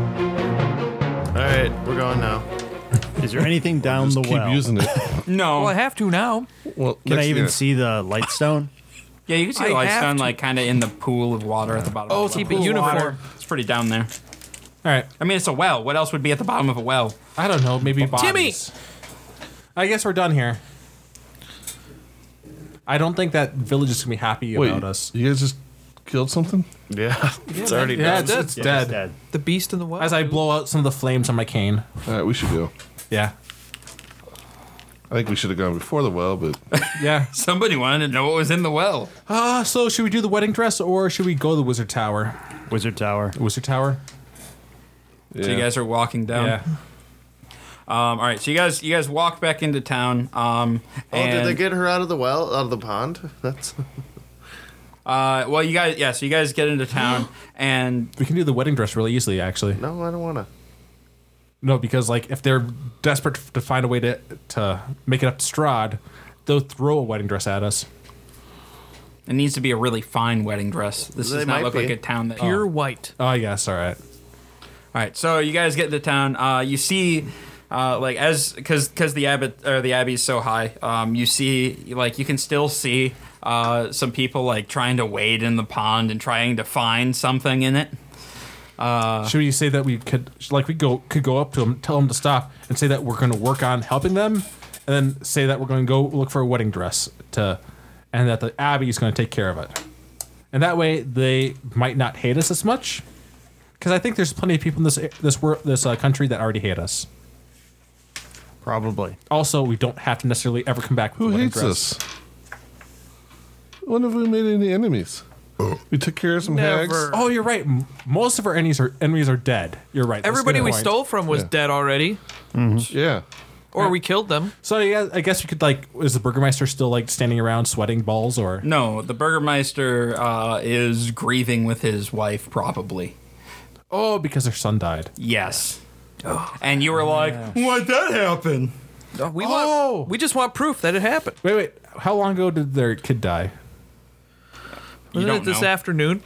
All right, we're going now. Is there anything down Just the keep well? using it. No. Well, I have to now. Well, Can next- I even yeah. see the light stone? Yeah, you can see I the lights have down, to- like, kind of in the pool of water at the bottom. Oh, of the keep well. it uniform. Water. It's pretty down there. All right. I mean, it's a well. What else would be at the bottom of a well? I don't know. Maybe bodies. I guess we're done here. I don't think that village is gonna be happy Wait, about us. you guys just killed something? Yeah, it's already Yeah, done. it's, it's Yeah, dead. it's dead. The beast in the well. As I blow out some of the flames on my cane. All right, we should go. Yeah. I think we should have gone before the well, but Yeah. Somebody wanted to know what was in the well. Ah, so should we do the wedding dress or should we go to the wizard tower? Wizard Tower. Wizard tower? yeah. So you guys are walking down. Yeah. Um, all right, so you guys you guys walk back into town. Um, Oh, did and, they get her out of the well, out of the pond? That's Uh, well, you guys, yeah. So you guys get into town, and We can do the wedding dress really easily, actually. no, I don't want to. No, because like if they're desperate to find a way to to make it up to Strahd, they'll throw a wedding dress at us. it needs to be a really fine wedding dress. This They does might not look be. like a town that. Pure white. Oh yes, all right. All right, so you guys get into town. Uh, you see, uh, like as because because the abbot or the abbey is so high, um, you see like you can still see uh, some people like trying to wade in the pond and trying to find something in it. Uh-huh. Should we say that we could like we go could go up to them, tell them to stop, and say that we're going to work on helping them, and then say that we're going to go look for a wedding dress to, and that the abbey is going to take care of it, and that way they might not hate us as much, because I think there's plenty of people in this this world this uh, country that already hate us. Probably. Also, we don't have to necessarily ever come back. With who a wedding hates dress. us? When have we made any enemies? We took care of some Never. hags. Oh, you're right. M- Most of our enemies are enemies are dead. You're right. That's a Everybody good we point. stole from was Yeah. dead already, Yeah. or we killed them. So yeah, I guess we could like. Is the burgermeister still like standing around sweating balls or? No, the burgermeister uh, is grieving with his wife, probably. Oh, because their son died. Yes. And you were like, "Why'd that happen?" We Oh! want. We just want proof that it happened. Wait, wait. How long ago did their kid die? You Wasn't don't it this know. afternoon?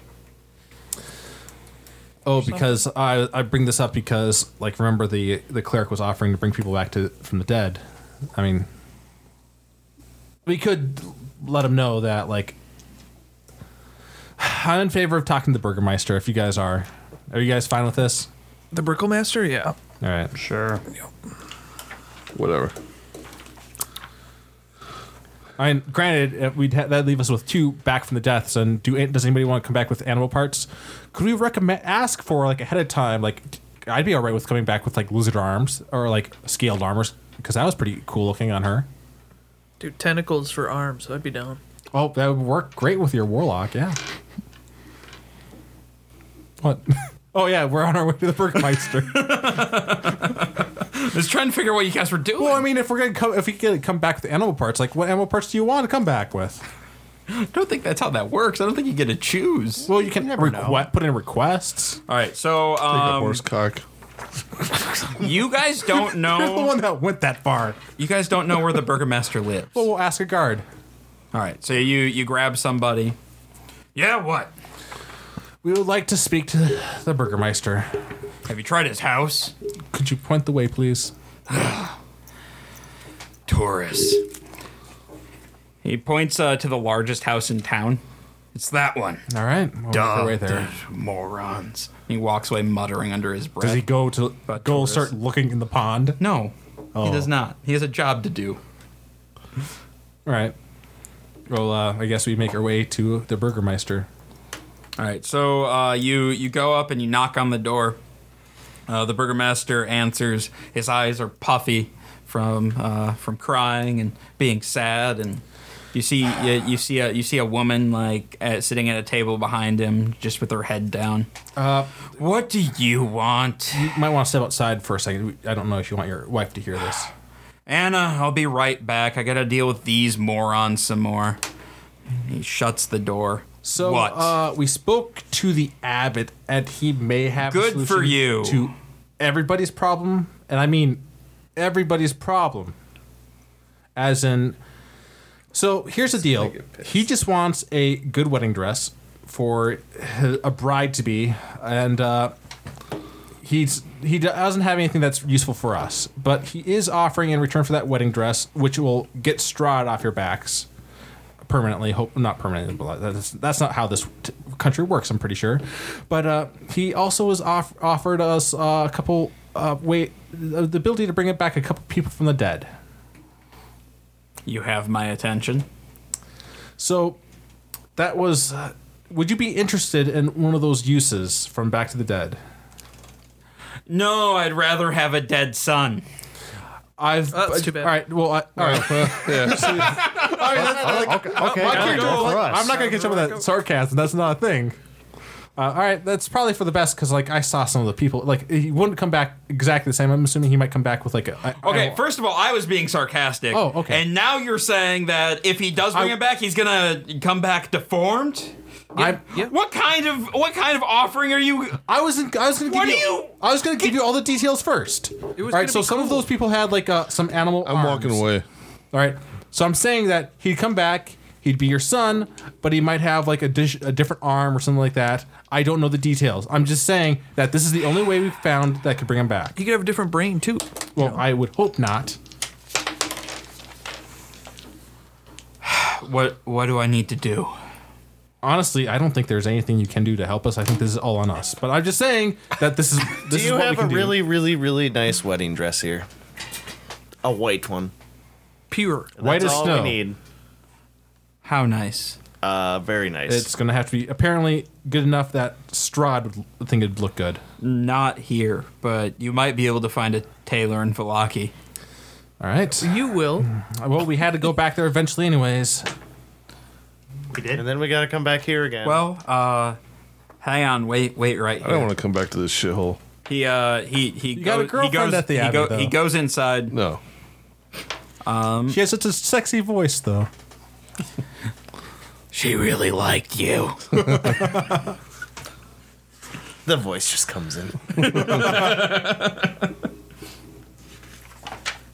Oh, because I I bring this up because like remember the the cleric was offering to bring people back to from the dead. I mean, we could let him know that like I'm in favor of talking to the burgermeister. If you guys are, are you guys fine with this? The Brickmaster? Yeah. All right. Sure. Whatever. I mean, granted, if we'd ha- that'd leave us with two back from the deaths. And do does anybody want to come back with animal parts? Could we recommend ask for like ahead of time? Like, I'd be all right with coming back with like lizard arms or like scaled armors because that was pretty cool looking on her. Dude, tentacles for arms. I'd be down. Oh, that would work great with your warlock. Yeah. What? Oh yeah, we're on our way to the Burkmeister. I was trying to figure out what you guys were doing. well, I mean, if we're gonna come, if we could come back with animal parts, like what animal parts do you want to come back with? I don't think that's how that works. I don't think you get to choose. Well, you can requ- put in requests. All right, so Like a um, horse cock. you guys don't You're the know. one that went that far. You guys don't know where the burgomaster lives. Well, All we'll ask a guard. right, so you you grab somebody. Yeah, what? We would like to speak to the burgermeister. Have you tried his house? Could you point the way, please? Taurus. He points uh, to the largest house in town. It's that one. All right, we'll make our way there. Morons. He walks away muttering under his breath. Does he go to But go tourists. start looking in the pond? No, Oh. he does not. He has a job to do. All right. Well, uh, I guess we make our way to the burgermeister. All right, so uh, you you go up and you knock on the door. Uh, the burgomaster answers. His eyes are puffy from uh, from crying and being sad, and you see you, you see a you see a woman like uh, sitting at a table behind him, just with her head down. Uh, What do you want, you might want to step outside for a second. I don't know if you want your wife to hear this. Anna? I'll be right back. I gotta deal with these morons some more. He shuts the door. So what? Uh, we spoke to the abbot, and he may have a Good for solution you. to everybody's problem, and I mean everybody's problem, as in So here's the deal. He just wants a good wedding dress for hi- a bride to be, and uh, he's he doesn't have anything that's useful for us. But he is offering in return for that wedding dress, which will get Strahd off your backs permanently. Hope not permanently. But that's that's not how this t- country works. I'm pretty sure. But uh, he also was off- offered us uh, a couple uh, way the the ability to bring it back a couple people from the dead. You have my attention. So that was. Uh, would you be interested in one of those uses from Back to the Dead? No, I'd rather have a dead son. I've. Oh, that's too bad. All right. Well, I, all right. yeah. Okay, okay, My all right, character go was for like, us. I'm not gonna catch up with that sarcasm. That's not a thing. Uh, all right, that's probably for the best because like I saw some of the people. Like he wouldn't come back exactly the same. I'm assuming he might come back with like a. I- Okay, I- first of all, I was being sarcastic. Oh, okay. And now you're saying that if he does bring I- it back, he's gonna come back deformed. I, Yeah. What kind of what kind of offering are you? I was in, I was gonna give What you, do you- I was gonna give you all the details first. It was all right, gonna so be some of cool. those people had like uh, some animal. I'm walking arms. away. All right. So I'm saying that he'd come back, he'd be your son, but he might have like a, dish, a different arm or something like that. I don't know the details. I'm just saying that this is the only way we've found that could bring him back. He could have a different brain too. Well, I would hope not. What what do I need to do? Honestly, I don't think there's anything you can do to help us. I think this is all on us. But I'm just saying that this is this Do is you what we have a can do. really, really, really nice wedding dress here? A white one. Pure. white That's as all snow. we need. How nice. Uh, very nice. It's gonna have to be apparently good enough that Strahd would l- think it'd look good. Not here, but you might be able to find a tailor in Velaki. All right. You will. Hmm. Well, we had to go back there eventually, anyways. We did. and then we gotta come back here again. Well, uh, hang on, wait, wait, right here. I don't want to come back to this shithole. He uh he he, you got a he goes, girlfriend at the he, Abbey, go- though. he goes inside. No. Mm. She has such a sexy voice, though. She really liked you. the voice just comes in.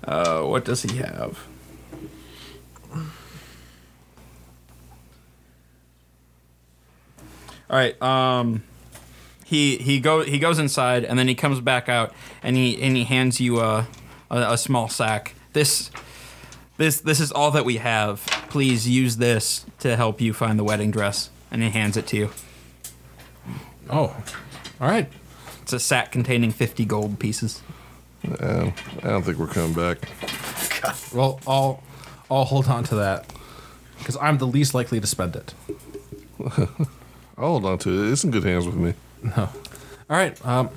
Uh, what does he have? All right. Um, he he go he goes inside and then he comes back out and he and he hands you a a, a small sack. This this this is all that we have. Please use this to help you find the wedding dress. And he hands it to you. Oh, all right. It's a sack containing fifty gold pieces. Um, I don't think we're coming back. Well, I'll I'll hold on to that because I'm the least likely to spend it. I'll hold on to it. It's in good hands with me. All right, um,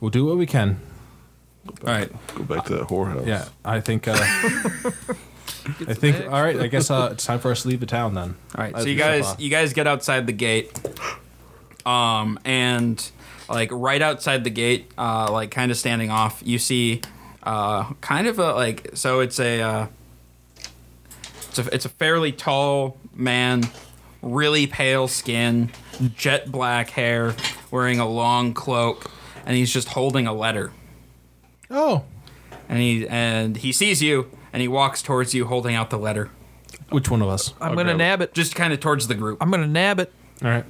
we'll do what we can. All right. Go back to that whorehouse. Yeah, I think. Uh, I think. All right, I guess uh, it's time for us to leave the town then. All right, Uh, so you ship guys off. you guys get outside the gate, um, and like right outside the gate, uh, like kind of standing off, you see, uh, kind of a like so it's a, uh, it's a it's a fairly tall man, really pale skin, jet black hair, wearing a long cloak, and he's just holding a letter, oh, and he and he sees you, and he walks towards you holding out the letter, which one of us? All I'm gonna nab it. just kind of towards the group. I'm gonna nab it. right.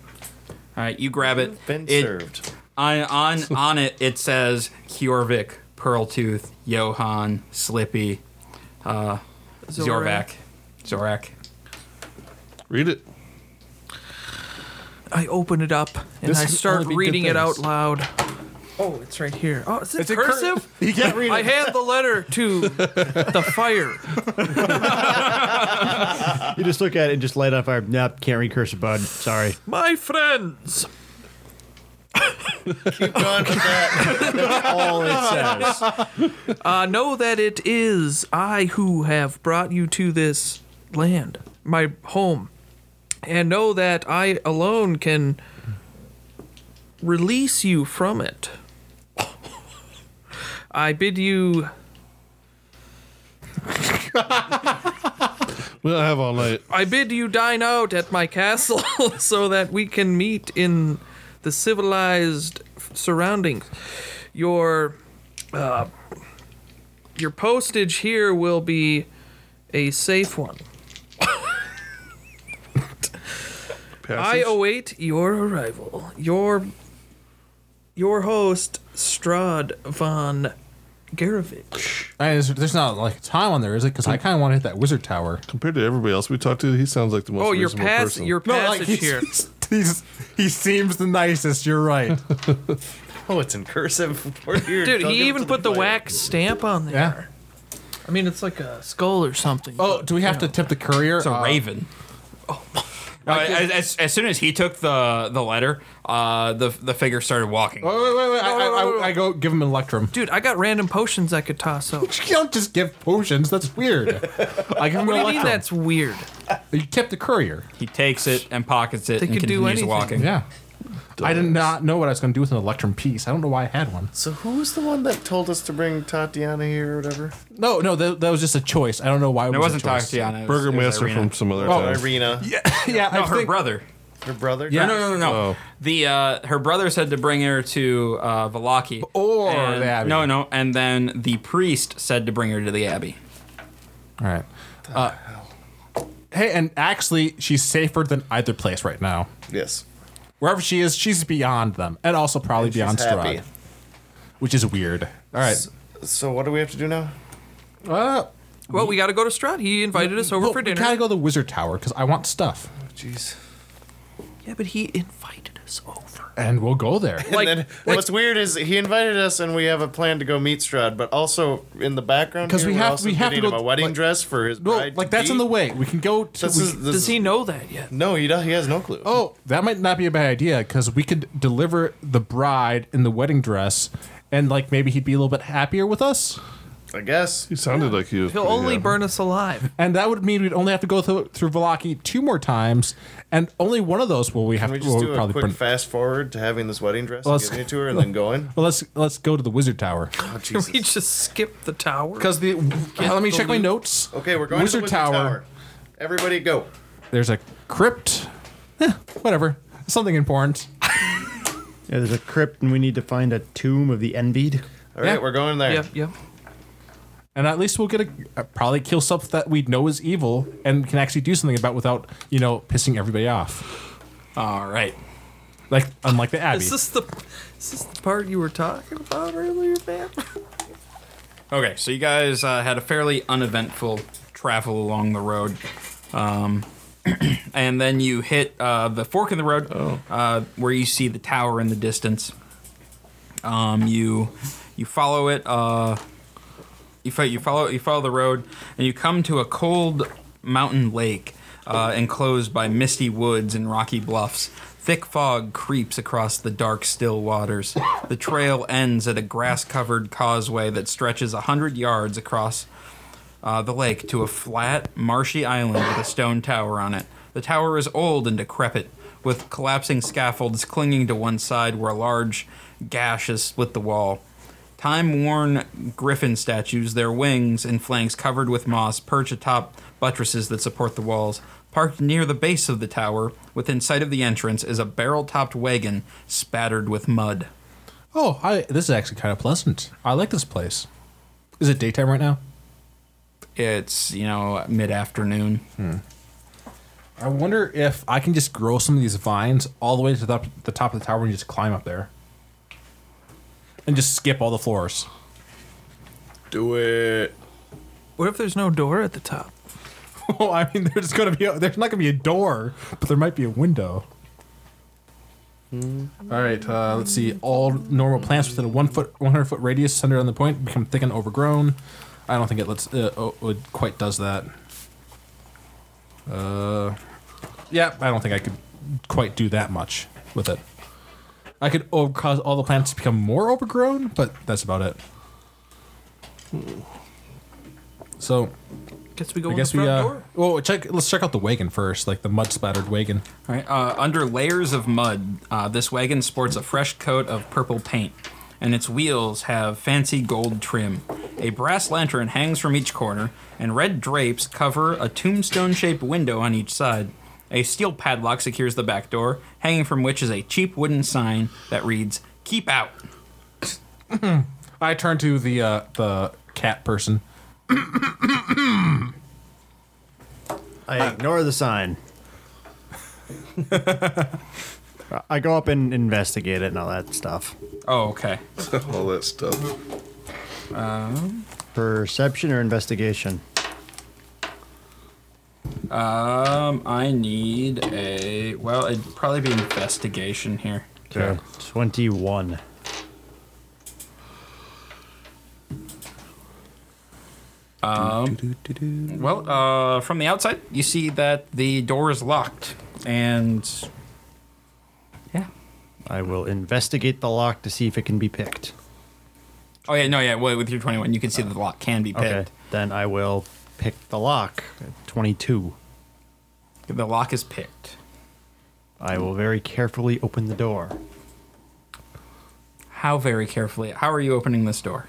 All right, you grab it. Been It- served. on on on it it says Kjorvik, Pearltooth, Johan, Slippy, uh, Zorvak, Zorak. Zorak. Read it. I open it up and This I can start only be good reading it out things. loud. Oh, it's right here. Oh, is it it cur- cursive? you can't read it. I hand the letter to the fire. You just look at it and just light on fire. Nope, can't read cursive, bud. Sorry. My friends, Keep going with that. All it says. uh, know that it is I who have brought you to this land, my home, and know that I alone can release you from it. I bid you. We'll have all night. I bid you dine out at my castle so that we can meet in the civilized surroundings. Your uh, your postage here will be a safe one. passage. I await your arrival. Your your host Strad von Garovich. I, there's, there's not like time on there, is it? Because I kind of want to hit that wizard tower. Compared to everybody else we talked to, he sounds like the most Oh, your reasonable pass person. your passage he's, here. He's, he's- he seems the nicest. You're right. Oh, it's in cursive. Dude, he even put the wax stamp on there. Yeah. I mean, it's like a skull or something. Oh, do we have to tip the courier? It's a Uh, raven. Oh. as, as, as soon as he took the the letter, uh, the the figure started walking. Wait, wait, wait, wait. I, I, I, I go give him an electrum. Dude, I got random potions I could toss out. You don't just give potions. That's weird. I give him What do an you mean electrum. that's weird? You tip the courier. He takes it and pockets it They and could do continues anything. walking. Yeah. I did not know what I was going to do with an electrum piece. I don't know why I had one. So who was the one that told us to bring Tatiana here or whatever? No, no, that, that was just a choice. I don't know why it, It was wasn't a choice. Tatiana. it was- it was Burgermaster Irina. from some other Oh, time. Irina, yeah, No, I her think- brother. her brother. No, no, no, no. no. Oh. The uh, her brother said to bring her to uh, Valaki, Or and- the Abbey. No, no, and then the priest said to bring her to the abbey. All right. Uh, hey, and actually, she's safer than either place right now. Yes. Wherever she is, she's beyond them, and also probably And she's beyond happy. Strahd, which is weird. All right. So what do we have to do now? Uh, Well, we got to go to Strad. He invited us over well, for we dinner. gotta go to the Wizard Tower because I want stuff, Jeez. Yeah, but he invited us over. and we'll go there. Like, and then what's weird is he invited us and we have a plan to go meet Strad, but also in the background 'Cause here, we we're have- also we have to getting go- him a wedding like- dress for his no, bride. like that's in the way. We can go to. This we- is, this does he know that yet? No, he does. He has no clue. oh, that might not be a bad idea because we could deliver the bride in the wedding dress, and like maybe he'd be a little bit happier with us. I guess. He sounded like he was. He'll pretty, only uh, burn us alive. And that would mean we'd only have to go through, through Velaki two more times, and only one of those will we have Can we to just will do a probably quick print. fast forward to having this wedding dress, Well, and let's- giving it to her, and then going? well, let's let's go to the wizard tower Oh, Can we Jesus. just skip the tower? because the let me the check my loot. notes. Okay, we're going to the Wizard tower. Everybody go. There's a crypt. Eh, whatever, something important. Yeah, there's a crypt, and we need to find a tomb of the envied. All right, Yeah. we're going there. Yep, yep. And at least we'll get a uh, probably kill stuff that we know is evil and can actually do something about without you know pissing everybody off. All right. Like unlike the Abbey. Is this the is this the part you were talking about earlier, man? Okay, so you guys uh, had a fairly uneventful travel along the road, um, and then you hit uh, the fork in the road uh, where you see the tower in the distance. Um, you you follow it. Uh, you, fo- you follow you follow the road, and you come to a cold mountain lake uh, enclosed by misty woods and rocky bluffs. Thick fog creeps across the dark, still waters. The trail ends at a grass-covered causeway that stretches a hundred yards across uh, the lake to a flat, marshy island with a stone tower on it. The tower is old and decrepit, with collapsing scaffolds clinging to one side where a large gash has split the wall. Time worn griffin statues, their wings and flanks covered with moss, perch atop buttresses that support the walls. Parked near the base of the tower, within sight of the entrance, is a barrel topped wagon spattered with mud. oh, I, this is actually kind of pleasant. I like this place. Is it daytime right now? It's, you know, mid afternoon. I wonder if I can just grow some of these vines all the way to the, the top of the tower and just climb up there. And just skip all the floors. Do it. What if there's no door at the top? Oh, I mean, there's gonna be there's not gonna be a door, but there might be a window. All right, uh, let's see. All normal plants within a one foot, one hundred foot radius centered on the point become thick and overgrown. I don't think it lets uh, oh, it quite does that. Uh, yeah, I don't think I could quite do that much with it. I could over- cause all the plants to become more overgrown, but that's about it. So Guess we go I in guess the we front uh, door. well check. Let's check out the wagon first, like the mud splattered wagon. All right, uh, under layers of mud, uh, this wagon sports a fresh coat of purple paint, and its wheels have fancy gold trim. A brass lantern hangs from each corner, and red drapes cover a tombstone shaped window on each side. A steel padlock secures the back door, hanging from which is a cheap wooden sign that reads, Keep Out. I turn to the uh, the cat person. I ignore the sign. I go up and investigate it and all that stuff. Oh, okay. All that stuff. Perception or investigation? Um, I need a. Well, it'd probably be investigation here. Okay. 21. Well, uh, from the outside, you see that the door is locked, and yeah. I will investigate the lock to see if it can be picked. Oh yeah, no, yeah. Well, with your twenty-one, you can see that the lock can be picked. Okay. Then I will pick the lock. 22. The lock is picked. I will very carefully open the door. How very carefully? How are you opening this door?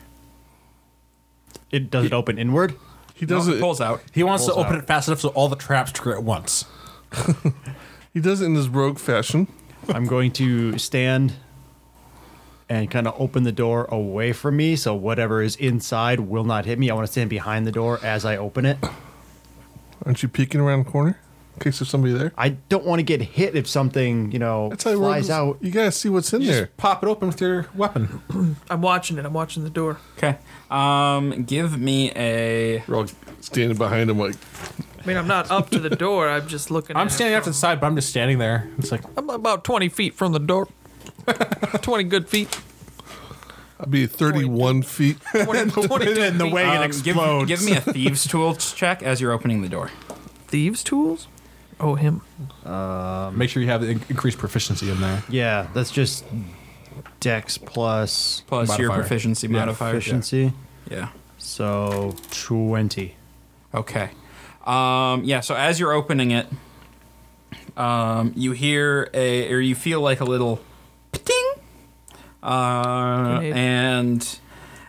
It does it open inward? He No, does it it. Oh, pulls out. He wants to Pulls open out. it fast enough so all the traps trigger at once. He does it in his rogue fashion. I'm going to stand and kind of open the door away from me so whatever is inside will not hit me. I want to stand behind the door as I open it. Aren't you peeking around the corner in case there's somebody there? I don't want to get hit if something, you know, That's how you flies rogue- out. You gotta see what's in You there. Just pop it open with your weapon. I'm watching it. I'm watching the door. Okay. Um, give me a. um, We're all standing behind him like I mean, I'm not up to the door. I'm just looking. I'm at it standing off to from- the side, but I'm just standing there. It's like I'm about 20 feet from the door. 20 good feet. I'll be 31 feet. 20, 22 in the feet. way it um, give, explodes. give me a thieves' tools check as you're opening the door. Thieves' tools? Oh, him. Make sure you have in- increased proficiency in there. Yeah, that's just dex plus Plus your Modifier. proficiency Yeah, modifier. efficiency. Yeah. So 20. Okay. Um, yeah, so as you're opening it, um, you hear a, or you feel like a little pting. Uh, Grenade. and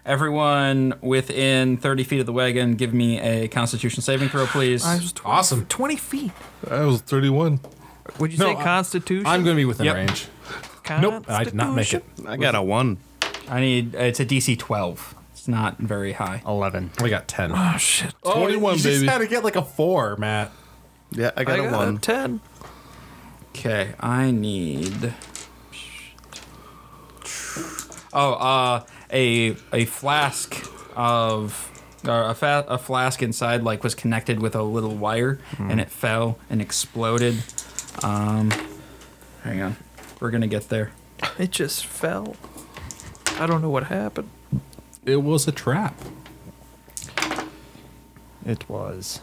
everyone within 30 feet of the wagon, give me a constitution saving throw, please. I was 20, Awesome. 20 feet. I was 31. Would you No, say I- Constitution? I'm going to be within Yep. range. Constitution? Nope, I did not make it. I got a one. I need, it's a DC 12. It's not very high. 11. We got ten. Oh, shit. Oh, 21, you baby. just had to get like a four, Matt. Yeah, I I got, got a one. a 10. Okay, I need. Oh, uh, a a flask of uh, a fa- a flask inside like was connected with a little wire, and it fell and exploded. Um, hang on, we're gonna get there. It just fell. I don't know what happened. It was a trap. It was.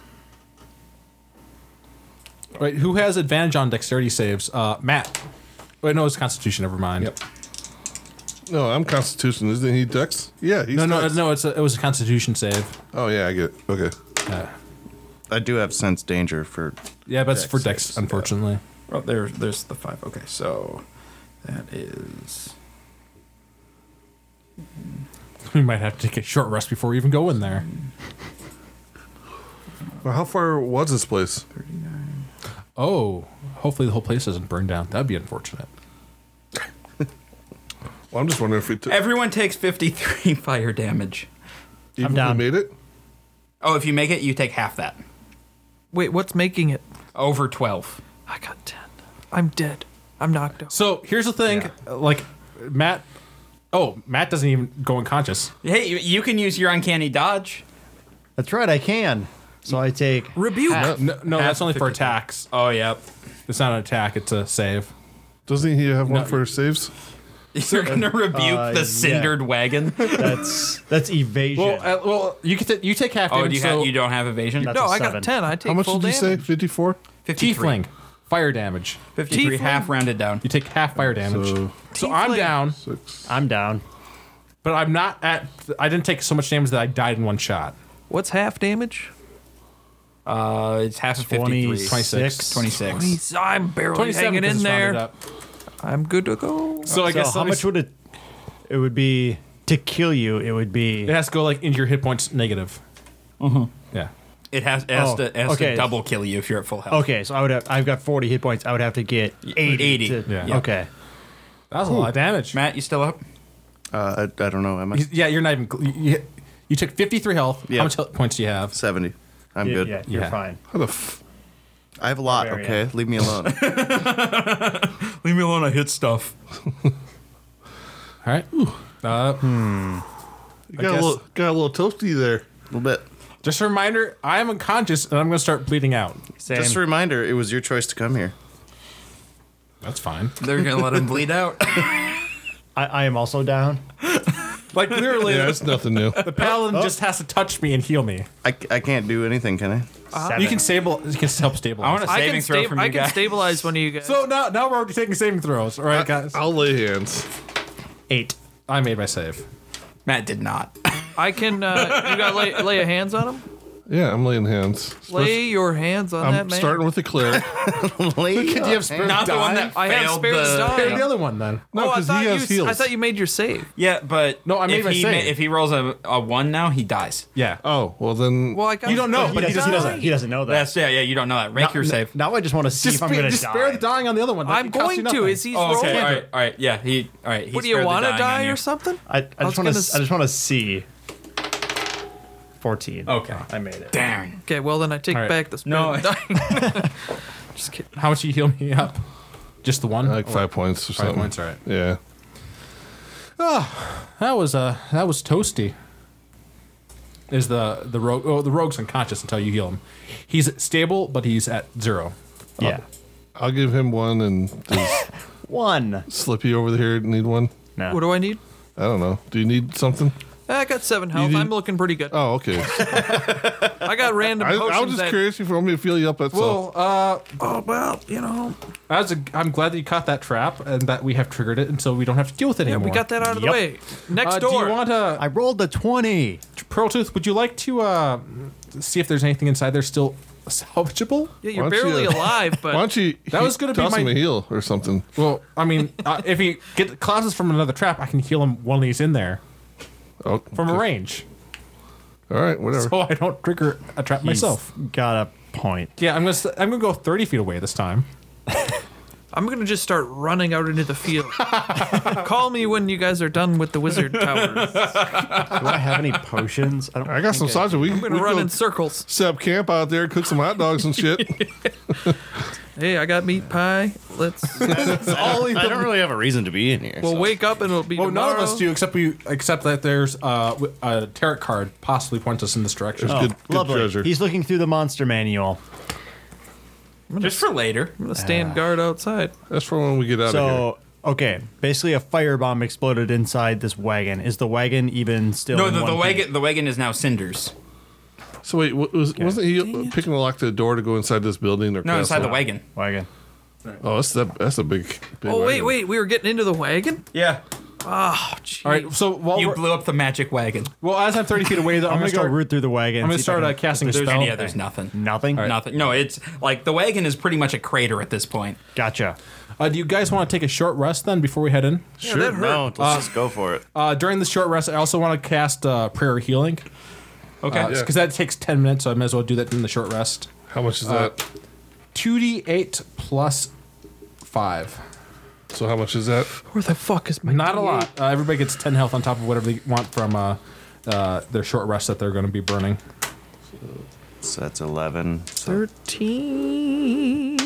Right, who has advantage on dexterity saves? Uh, Matt. Wait, no, it's Constitution. Never mind. No, I'm Constitution. Isn't he Dex? Yeah, he's No, no, Dex. no. It's a, it was a Constitution save. Oh, yeah, I get it. Okay. I do have sense danger for. Yeah, but it's for Dex Dex, saves, unfortunately. Oh, there, there's the five. Okay, so that is. We might have to take a short rest before we even go in there. Well, how far was this place? Oh, hopefully the whole place doesn't burn down. That'd be unfortunate. Well, I'm just wondering if we took. Everyone takes 53 fire damage. even if down. we made it? Oh, if you make it, you take half that. Wait, what's making it? Over 12. I got 10. I'm dead. I'm knocked out. So here's the thing, like Matt. Oh, Matt doesn't even go unconscious. Hey, you, you can use your uncanny dodge. That's right, I can. So I take Rebuke. No, no, that's only for attacks. Oh, yep. It's not an attack. It's a save. Doesn't he have one No. for saves? You're gonna rebuke uh, the yeah. cindered wagon. Oh, that's that's evasion. Well, uh, well, you can you take half. Oh, damage, do you, so have, you don't have evasion? That's No, a I got seven. 10. I take How much full did you say? damage. 54? 53. tiefling fire damage. 53 Tiefling. half rounded down. You take half fire damage. So, I'm Tiefling. down, Six. I'm down. but I'm not at. I didn't take so much damage that I died in one shot. What's half damage? Uh, it's half of 53. 20. 26. 26. He's- I'm barely 27 hanging because in it's rounded there. up. I'm good to go. So I So guess how much would it it would be to kill you, it would be it has to go like into your hit points negative. Uh-huh. Yeah. It has, it has, Oh, to, it has okay. to double kill you if you're at full health. Okay, so I would have I've got 40 hit points. I would have to get 80. 80, to- yeah. Okay. That was a lot of damage. Matt, you still up? Uh, I, I don't know. Am I He's- yeah, you're not even. You, you, you took 53 health. Yeah. How much health points do you have? seventy? I'm Yeah, good. yeah, you're Yeah. fine. How the f- I have a lot. Barbarian. Okay, leave me alone. Leave me alone. I hit stuff. All right. Ooh. Uh, Got a, little, got a little toasty there. a little bit. Just a reminder, I am unconscious and I'm going to start bleeding out. Same. Just a reminder, it was your choice to come here. That's fine. They're gonna let him bleed out. I, I am also down. Like literally, Yeah, it's nothing new. the paladin just has to touch me and heal me. I, c- I can't do anything, can I? You can stable. You can help stabilize. I want a I saving can, throw sta- from I you can guys. stabilize one of you guys. so now, now we're already taking saving throws. All right, guys. I'll lay hands. Eight. I made my save. Matt did not. I can. Uh, you got lay lay a hands on him. Yeah, I'm laying hands. Lay your hands on that I'm man. starting with the cleric. Look at you Not the one that I failed have spare the- stuff. Hey, the other one then. No, oh, I 'cause he thought you. has s- heals. I thought you made your save. Yeah, but No, I made if my he save. ma- if he rolls a, a one now, he dies. Yeah. Oh, well then. Well, I got. You don't know, He but he doesn't, he, doesn't. doesn't, he doesn't know that. That's yeah, yeah. You don't know that. Make your save. Now I just want to see Just, if I'm spe- going to just spare the die. dying on the other one. I'm going to. Is he? he's Oh, okay. rolling? All right, all right. Yeah, he. All right. He What do you want to die you. or something? I, I, just was want gonna to. s- I just want to see. Fourteen. Okay. I made it. Darn. Okay, well then I take All right. back this. No, No, just kidding. How much you heal me up? Just the one. Like five points or Five something. points, all right. Yeah. That was uh that was toasty. Is the the rogue? Oh, the rogue's unconscious until you heal him. He's stable, but he's at zero. Yeah. I'll give him one and does One. Slippy over here need one? No. What do I need? I don't know. Do you need something? I got seven health. didn't- I'm looking pretty good. Oh, okay. I got random I, potions. I was just that- curious if you want me to feel you up. That's all. Well, uh, Oh well, you know. as a, I'm glad that you caught that trap and that we have triggered it, and so we don't have to deal with it Yeah, anymore. we got that out of the Yep. way. Next Uh, do door. you want a I rolled a twenty. pearl tooth? Would you like to uh, see if there's anything inside there still salvageable? Why yeah, you're don't you- barely alive, Why but don't you? That he- was gonna be toss my- him a heel or something. Well, I mean, uh, if he get classes from another trap, I can heal him while he's in there Oh, from a okay. range, All right, whatever. so I don't trigger a trap myself. He's got a point. Yeah, I'm gonna s- I'm gonna go 30 feet away this time. I'm gonna just start running out into the field. Call me when you guys are done with the wizard tower. Do I have any potions? I don't. I got some sausage. We, we I'm gonna run go in circles. set up camp out there, cook some hot dogs and shit. Hey, I got meat pie. Let's. I don't really have a reason to be in here. We'll wake up and it'll be. Well, tomorrow. none of us do, except we except that there's uh, w- a tarot card possibly points us in this direction. Oh. good, good Oh, Lovely. treasure. He's looking through the monster manual. Just for later. I'm gonna stand guard outside. That's for when we get out of here. So okay, basically a firebomb exploded inside this wagon. Is the wagon even still? No, in the, one the piece? wagon. The wagon is now cinders. So wait, wa- was, wasn't he uh, picking the lock to the door to go inside this building or No, inside castle? the wagon. Wagon. Oh, that's that, that's a big. big Oh wait, wagon. wait, we were getting into the wagon. Yeah. Oh, jeez. All right, so while You we're- blew up the magic wagon. well, as I'm 30 feet away, though, I'm gonna I'm, gonna start go. root through the wagon. I'm and gonna see if start I uh, can- casting a If there's spell. any others, nothing. Nothing. Nothing. No, it's like the wagon is pretty much a crater at this point. Gotcha. Uh, do you guys want to take a short rest then before we head in? Yeah, that hurt. no, let's just go for it. Uh, during the short rest, I also want to cast uh, prayer healing Okay. because that takes 10 minutes, so I may as well do that during the short rest. How much is that? 2d8 plus five. So how much is that? Where the fuck is my? Not a D8? lot. Uh, everybody gets 10 health on top of whatever they want from uh, uh, their short rest that they're going to be burning. So that's eleven. So, Thirteen.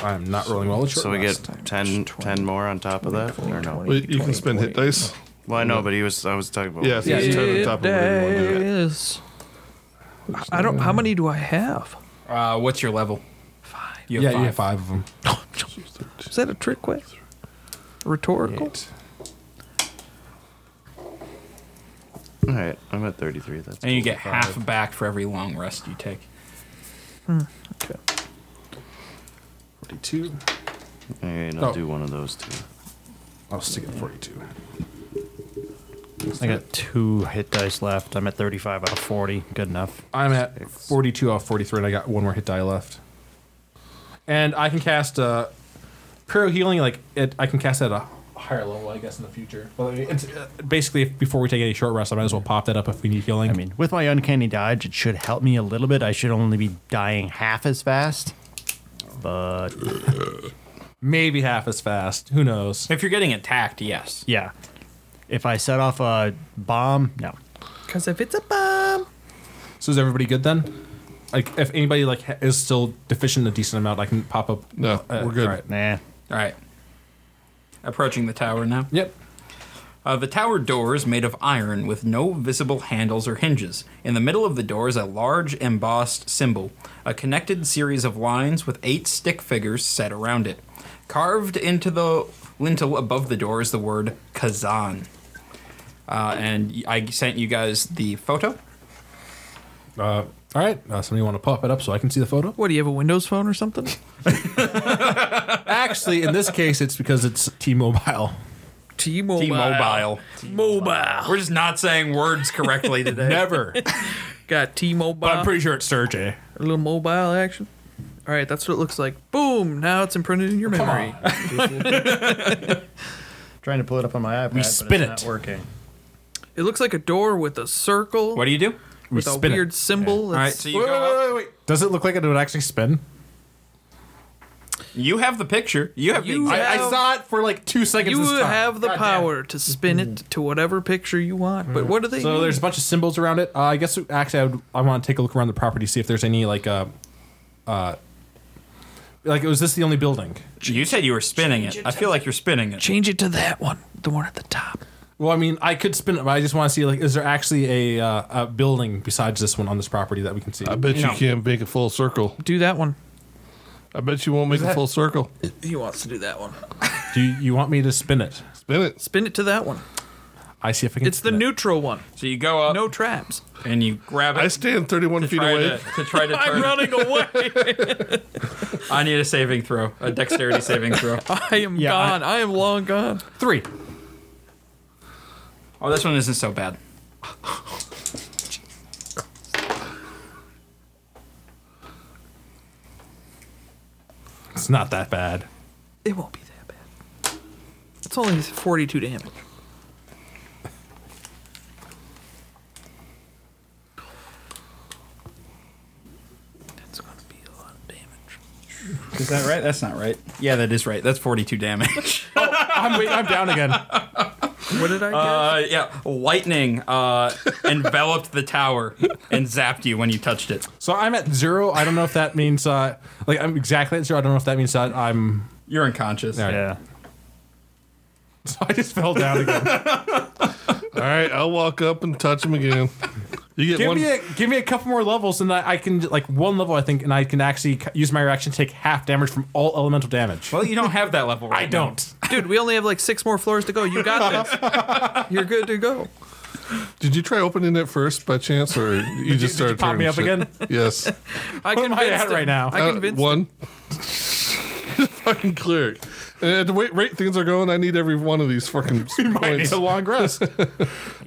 I'm not rolling well with short so we rest. get 10, 10 more on top of that, or no? Wait, you can spend hit dice. Well, I know, but he was. I was talking about. Yeah, so Yeah, it's ten on It top of whatever you want to do. is. I don't. How many do I have? Uh, what's your level? Five. You yeah, have you have five. five of them. Is that a trick question? Rhetorical. All right, I'm at thirty-three. That's And you get half back for every long rest you take. 42. All right, I'll Oh. do one of those too. I'll stick at 42. I got two hit dice left. I'm at 35 out of 40. Good enough. I'm at 42 off 43, and I got one more hit die left. And I can cast uh, Pyro Healing, like, it, I can cast at a higher level, I guess, in the future. But I mean, it's, uh, basically, if, before we take any short rest, I might as well pop that up if we need healing. I mean, with my uncanny dodge, it should help me a little bit. I should only be dying half as fast. But maybe half as fast. Who knows? If you're getting attacked, yes. yeah, if I set off a bomb, no. Because if it's a bomb, So is everybody good then? like if anybody like ha- is still deficient a decent amount, I can pop up. No, Uh, we're good. all right. Nah. All right. Approaching the tower now. Yep. Uh, the tower door is made of iron with no visible handles or hinges. In the middle of the door is a large embossed symbol, a connected series of lines with eight stick figures set around it. Carved into the lintel above the door is the word Kazan. Uh, and I sent you guys the photo. Oh, Uh, all right. Uh, somebody want to pop it up so I can see the photo? What do you have a Windows phone or something? Actually, in this case, it's because it's T-Mobile. T-Mobile. T-Mobile. Mobile. We're just not saying words correctly today. Ah. Never. Got T-Mobile. sure it's Sergey. a little mobile action. All right, that's what it looks like. Boom! Now it's imprinted in your memory. Trying to pull it up on my iPad. but spin it's it. Not working. It looks like a door with a circle. What do you do? with a spin it. weird symbol. All right, that's- so you go up. Does it look like it would actually spin? You have the picture. You have You the exact- have- Well- it for like two seconds. you this time. have the power to spin Mm-hmm. it to whatever picture you want. But what do they? So mean? there's a bunch of symbols around it. Uh, I guess actually I would I want to take a look around the property see if there's any like uh, uh, like was this the only building? You said you were spinning it. I feel like you're spinning it. Change it to that one, the one at the top. Well, I mean I could spin it, but I just want to see like is there actually a uh, a building besides this one on this property that we can see? I bet you No. can't make a full circle. Do that one. I bet you won't make a full circle. He wants to do that one. Do you, you want me to spin it? Spin it. Spin it to that one. I see if I can. It's the spin it. neutral one. So you go up No traps. and you grab it. I stand 31 to feet try away. To, to try to turn. away. I need a saving throw, a dexterity saving throw. I am Yeah, I- gone. I, am long gone. three. Oh, this one isn't so bad. It's not that bad. It won't be that bad. It's only 42 damage. That's gonna be a lot of damage. Is that right? That's not right. Yeah, that is right. That's 42 damage. I'm wait, I'm down again. What did I get? Uh, yeah, lightning uh, enveloped the tower and zapped you when you touched it. So I'm at zero. I don't know if that means uh, like I'm exactly at zero. I don't know if that means that I'm. You're unconscious. Yeah. Yeah. So I just fell down again. All right, I'll walk up and touch him again. You get give one. me a give me a couple more levels, and I, I can like one level I think, and I can actually c- use my reaction to take half damage from all elemental damage. Well, you don't have that level right I don't. Dude, we only have like six more floors to go. You got this. You're good to go. Did you try opening it first by chance, or you just did you started pop me turning up shit? again? Yes. I Where am I convinced at him. right now? I Uh, convinced him. one. fucking cleric. And at the way, rate things are going, I need every one of these fucking I need points. a long rest.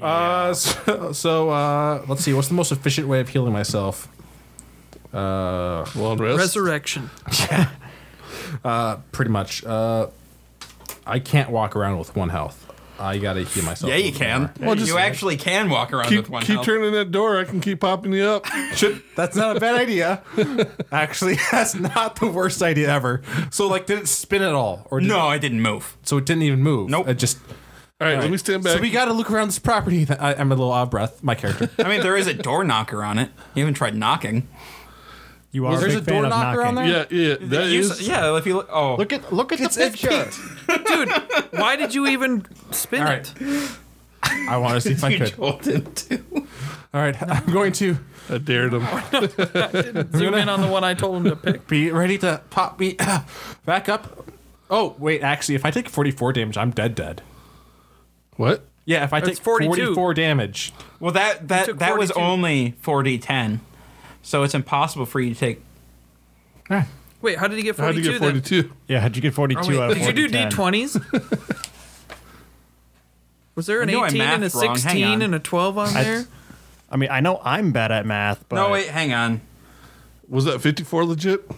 uh, so so uh, let's see. What's the most efficient way of healing myself? Uh, Long rest. Resurrection. pretty much. Uh, I can't walk around with one health. I gotta heal myself. Yeah, you with more. can. you actually can walk around keep with one keep health. turning that door. I can keep popping you up. Should, that's not a bad idea. Actually, that's not the worst idea ever. So, like, did it spin at all? Or did No, I didn't move. so it didn't even move. Nope. It just. All right, let me stand back. So we got to look around this property. That I, I'm a little out of breath. My character. I mean, there is a door knocker on it. You haven't tried knocking. You are there's a big a fan door of knocker on knocking. there? yeah, yeah. That You is. s- yeah, if you look. Oh, Look at look at It's- the it's picture. Dude, why did you even spin All it? right. I want to see if I could. Jolt into. All right, I'm going to I dared him. Zoom in on the one I told him to pick. be ready to pop me back up. Oh wait, actually, if I take 44 damage, I'm dead. Dead. What? Yeah, if I take 42. 44 damage, Well, that took that that was 42. only 40 10. So it's impossible for you to take. Wait, how did he get How'd 42 you get then? 42? Yeah, how'd you get 42 wait, out of Did 40, you do d20s? Was there an know I 18 and a mathed wrong. Hang 16 on. and a 12 on I- there? I mean, I know I'm bad at math, but No, wait, hang on. Was that 54 legit?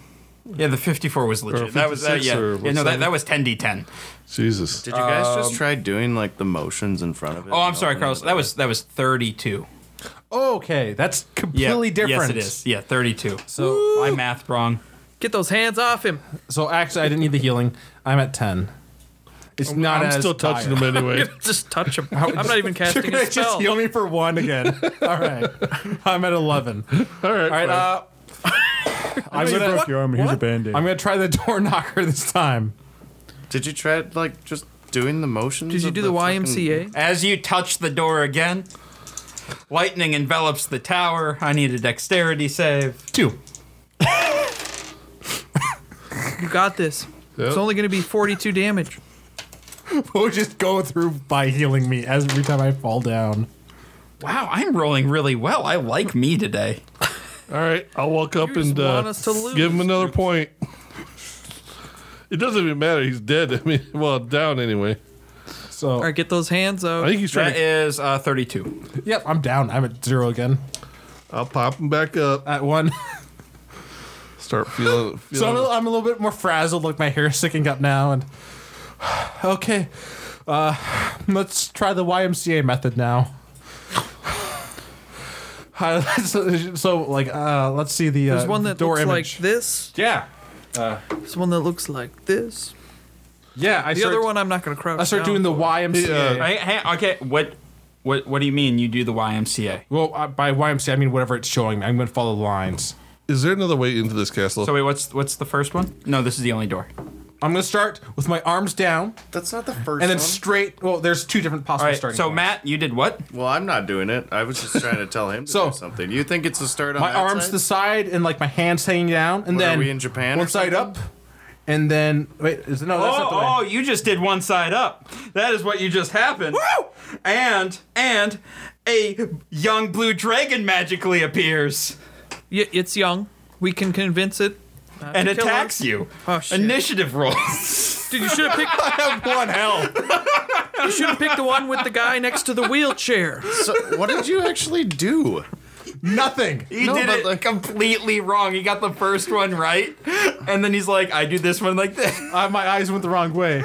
Yeah, the 54 was legit. That was that. 56 Yeah, or yeah no, that, whatever. that was 10 d10. Jesus. Did you guys just try doing like the motions in front of it? Oh, I'm and sorry, opening Carlos. the That door? was that was 32. okay, that's Yeah, completely different. Yes, it is. Yeah, 32. So I math wrong. Get those hands off him. So actually, I didn't need the healing. I'm at ten. It's not. I'm as still touching dire. him anyway. Just touch him. I'm not even You're casting gonna a just spell. heal me for one again. All right. I'm at eleven. All All right. right. fine. Uh, I'm You gonna, broke your arm. Here's a band aid. I'm gonna try the door knocker this time. Did you try like just doing the motions? Did you of do the fucking- YMCA? As you touch the door again, lightning envelops the tower. I need a dexterity save. Two. You got this. It's only going to be 42 damage. Oh. We'll just go through by healing me as every time I fall down. Wow, I'm rolling really well. I like me today. All right, I'll walk up You just and want uh, us to lose. give him another point. It doesn't even matter. He's dead. I mean, well, down anyway. So All right, get those hands I out. think he's trying That to. is uh, 32. yep, I'm down. I'm at zero again. I'll pop him back up. At one. Start feeling. so I'm feeling a, little, I'm a little bit more frazzled. Like my hair's sticking up now. And okay, uh, let's try the YMCA method now. Hi, let's- so like uh, let's see the uh, There's one that door looks image. like this. yeah, There's one that looks like this. yeah. I The start, other one I'm not going to crouch I start doing the YMCA. Hey, hey, okay, what, what, what do you mean you do the YMCA? Well, I, by YMCA, I mean whatever it's showing me. I'm going to follow the lines. is there another way into this castle? So wait, what's what's the first one? No, this is the only door. I'm going to start with my arms down That's not the first. and then one. straight. Well, there's two different All possible right. starting So points. Matt, you did what? well, I'm not doing it. I was just trying to tell him to So- do something. You think it's the start on my that arms side? to the side and like my hands hanging down, and What, are then we in Japan One or side up, and then wait, is it, no, that's Oh, not the way. oh, you just did one side up. That is what you just happened. Woo! And and a young blue dragon magically appears Y- it's young. We can convince it. not and to kill attacks us. you. Oh, shit. Initiative rolls. Dude, you should have picked. I have one hell. You should have picked the one with the guy next to the wheelchair. So, what did you actually do? oh, Nothing. He No, did but it like- completely wrong. He got the first one right, and then he's like, "I do this one like this." Uh, my eyes went the wrong way.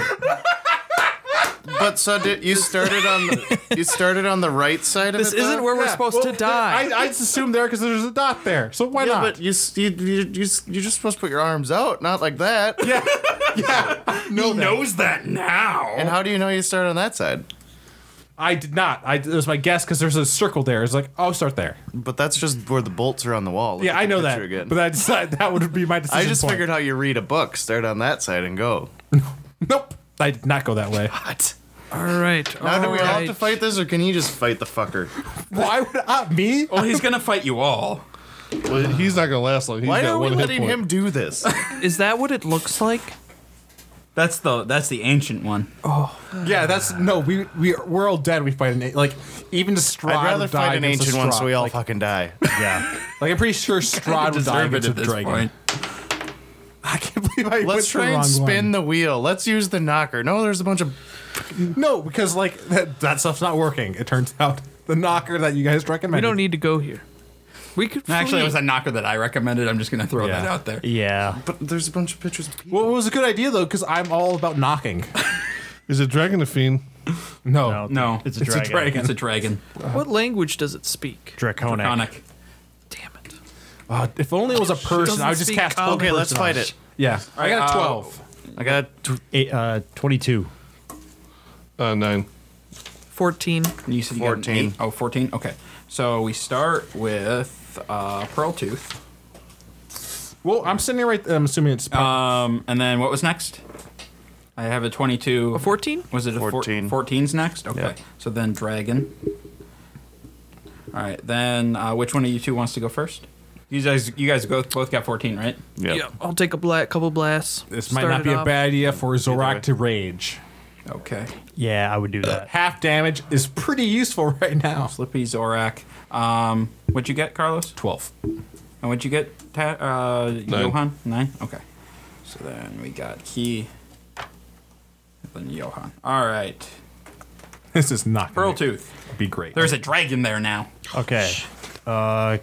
But so did you started on the, you started on the right side of This it. though? isn't where we're Yeah, supposed well, to die. I, I just assumed there because there's a dot there. So why Yeah, not? but you, s- you you you s- you're just supposed to put your arms out, not like that. yeah, yeah. No, He knows that now. And how do you know you start on that side? I did not. I it was my guess because there's a circle there. It's like I'll start there. But that's just where the bolts are on the wall. Look Yeah, at I the know that. picture again. But I decided that would be my decision. I just point. figured how you read a book, start on that side and go. Nope, I did not go that way. all right. Now do we all have to alright. fight this, or can he just fight the fucker? Why would I? Me? well, he's gonna fight you all. Well, he's not gonna last long. He's Why got are we one hit letting point. him do this? Is that what it looks like? That's the that's the ancient one. Yeah, that's no. We we we're all dead. We fight an a- like even just Strahd. I'd rather would die fight an against a ancient one so Strahd. we all like, fucking die. yeah. Like I'm pretty sure Strahd would die Deserve it against at a this dragon. point. I can't believe I went Let's the try and wrong spin one. the wheel. Let's use the knocker. No, there's a bunch of. No, because like that, that stuff's not working. It turns out the knocker that you guys We recommended. don't need to go here. We could. Actually, it flee. was a knocker that I recommended. I'm just gonna throw Yeah. that out there. yeah. E- But there's a bunch of pictures. Of people. Well, it was a good idea though, because I'm all about knocking. Is it dragon or fiend? No, No, It's a It's a dragon. dragon. It's a dragon. What language does it speak? Draconic. Draconic. Damn it. Uh, if only it was a person, Doesn't I would just speak cast. common. okay, let's fight it. Yeah, I got uh, a twelve. I got. tw- Eight, uh, 22. Uh, nine. 14. You said you got an 14. eight- Oh, 14? Okay. So we start with uh, Pearl Tooth. Well, I'm sitting here right. I'm assuming it's. Um, and then what was next? I have a 22. A 14? Was it a 14? 14. 14's next? Okay. Yep. So then Dragon. All right. Then uh, which one of you two wants to go first? You guys, you guys both, both got 14, right? Yeah. I'll take a bla- couple blasts. this might Start not it be a off. bad idea for way. Zorak to rage. Okay. Yeah, I would do that. Half damage is pretty useful right now. Flippy Zorak. Um, what'd you get, Carlos? Twelve. And what'd you get, Ta- uh, Johan? Nine? Okay. So then we got Key. Then Johan. All right. This is not Pearl going to Tooth. be great. There's a dragon there now. Okay. Uh,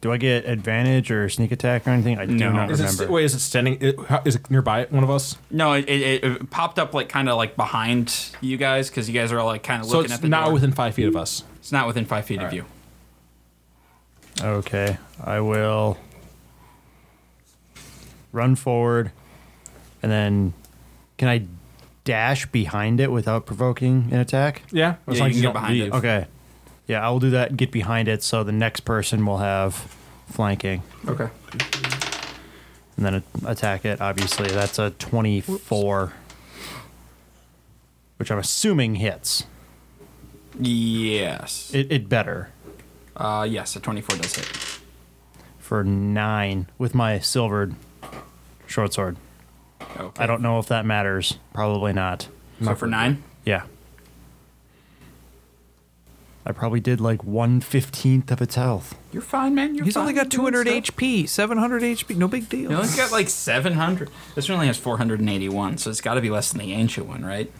do I get advantage or sneak attack or anything? I do No. not Is it, remember. st- wait, is it standing? It, how, is it nearby one of us? No, it, it, it popped up like kind of like behind you guys because you guys are all like kind of So looking it's at the not door. within five feet of us. it's not within five feet of you. Okay, I will run forward, and then can I dash behind it without provoking an attack? Yeah, Yeah, you can get behind it. Okay, yeah, I will do that and get behind it, so the next person will have flanking, Okay. and then a- attack it. Obviously, that's a twenty-four, which I'm assuming hits. Yes. It, it better Uh, yes, a 24 does hit. for nine with my silvered short sword. Okay. I don't know if that matters. Probably not. So for nine? Yeah. I probably did like one fifteenth of its health. You're fine, man. You're He's fine. only You're got doing 200 stuff. HP, 700 HP. No big deal. No, it's got like 700. This one only has 481, so it's got to be less than the ancient one, right?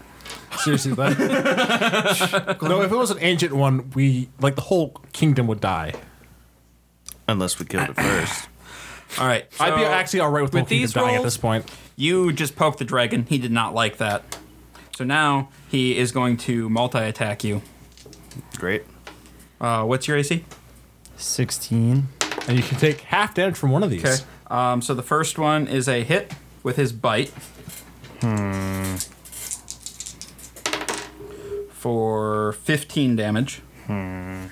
Seriously, that. no, if it was an ancient one, we like the whole kingdom would die. Unless we killed it first. All right. I'd be so actually all right with the with whole kingdom these dying at rolls- this point. You just poked the dragon. He did not like that. So now he is going to multi attack you. Great. Uh, what's your AC? Sixteen. And you can take half damage from one of these. Okay. Um, so the first one is a hit with his bite. Hmm. For 15 damage. Hmm.